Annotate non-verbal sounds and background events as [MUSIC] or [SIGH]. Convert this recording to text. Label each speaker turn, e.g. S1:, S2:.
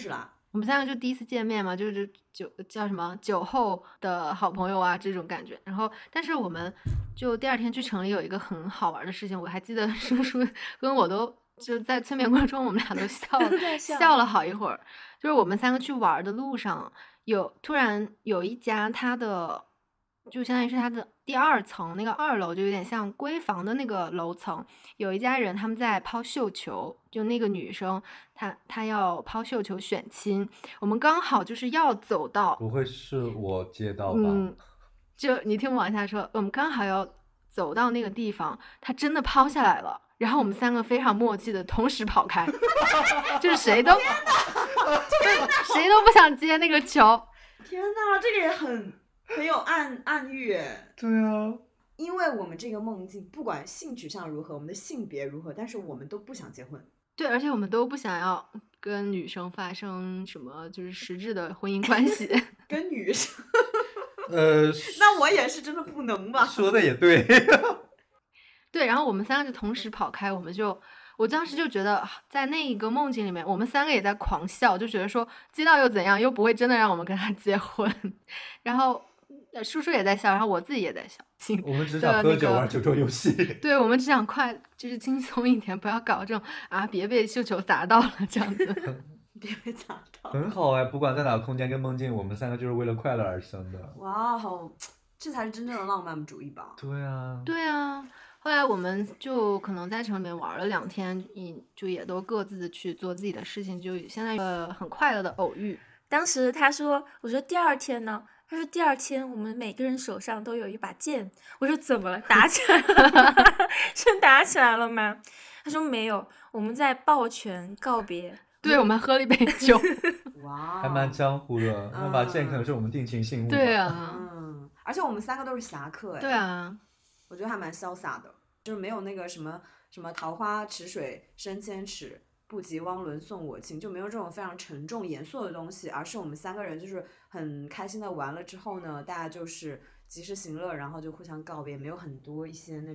S1: 识了。
S2: 我们三个就第一次见面嘛，就是酒叫什么酒后的好朋友啊这种感觉。然后，但是我们就第二天去城里有一个很好玩的事情，我还记得 [LAUGHS] 叔叔跟我都就在催眠过程中，我们俩都 [LAUGHS] 笑了
S3: 笑
S2: 笑了好一会儿。就是我们三个去玩的路上，有突然有一家它的就相当于是它的第二层那个二楼，就有点像闺房的那个楼层，有一家人他们在抛绣球，就那个女生她她要抛绣球选亲，我们刚好就是要走到，
S4: 不会是我接到吧？
S2: 嗯，就你听我往下说，我们刚好要走到那个地方，她真的抛下来了。然后我们三个非常默契的同时跑开， [LAUGHS] 就是谁都， [LAUGHS] 就是谁都不想接那个球。
S1: 天呐，这个也很很有暗暗喻哎，
S4: 对啊，
S1: 因为我们这个梦境，不管性取向如何，我们的性别如何，但是我们都不想结
S4: [LAUGHS]
S1: 婚。
S2: 对，而且我们都不想要跟女生发生什么就是实质的婚姻关系。 [LAUGHS]
S1: 跟女生，
S4: 呃，
S1: 那我也是真的不能吧？ [LAUGHS]
S4: 说的也对，
S2: 啊对，然后我们三个就同时跑开，我们就，我当时就觉得在那一个梦境里面，我们三个也在狂笑，就觉得说接到又怎样，又不会真的让我们跟他结婚。 [LAUGHS] 然后呃叔叔也在笑，然后我自己也在笑。亲
S4: [LAUGHS] 我们只
S2: 对啊
S4: 想喝
S2: 那
S4: 酒
S2: 个
S4: 玩九州游戏。
S2: 对我们只想快，就是轻松一点，不要搞这种啊，别被绣球砸到了这样子。
S1: 别被砸到。
S4: 很好哎，不管在哪个空间跟梦境，我们三个就是为了快乐而生的。
S1: 哇，好，这才是真正的浪漫主义吧？
S4: 对啊，
S2: 对啊，后来我们就可能在城里面玩了两天，嗯，就也都各自的去做自己的事情，就现在呃很快乐的偶遇。
S3: 当时他说，我说第二天呢，他说第二天我们每个人手上都有一把剑。我说怎么了？打起来了吗？ [LAUGHS] 是打起来了吗？他说没有，我们在抱拳告别。
S2: 对，我们还喝了一杯酒。
S1: 哇，哦
S4: 还蛮江湖的。那把剑可能是我们定情
S2: [LAUGHS] 啊嗯
S4: 信物。
S2: 对，啊，
S1: 嗯，而且我们三个都是侠客哎，
S2: 对，啊，
S1: 我觉得还蛮潇洒的，就是没有那个什么什么桃花池水深千尺，不及汪伦送我情，就没有这种非常沉重严肃的东西，而是我们三个人就是很开心的玩了之后呢，大家就是及时行乐，然后就互相告别，没有很多一些那种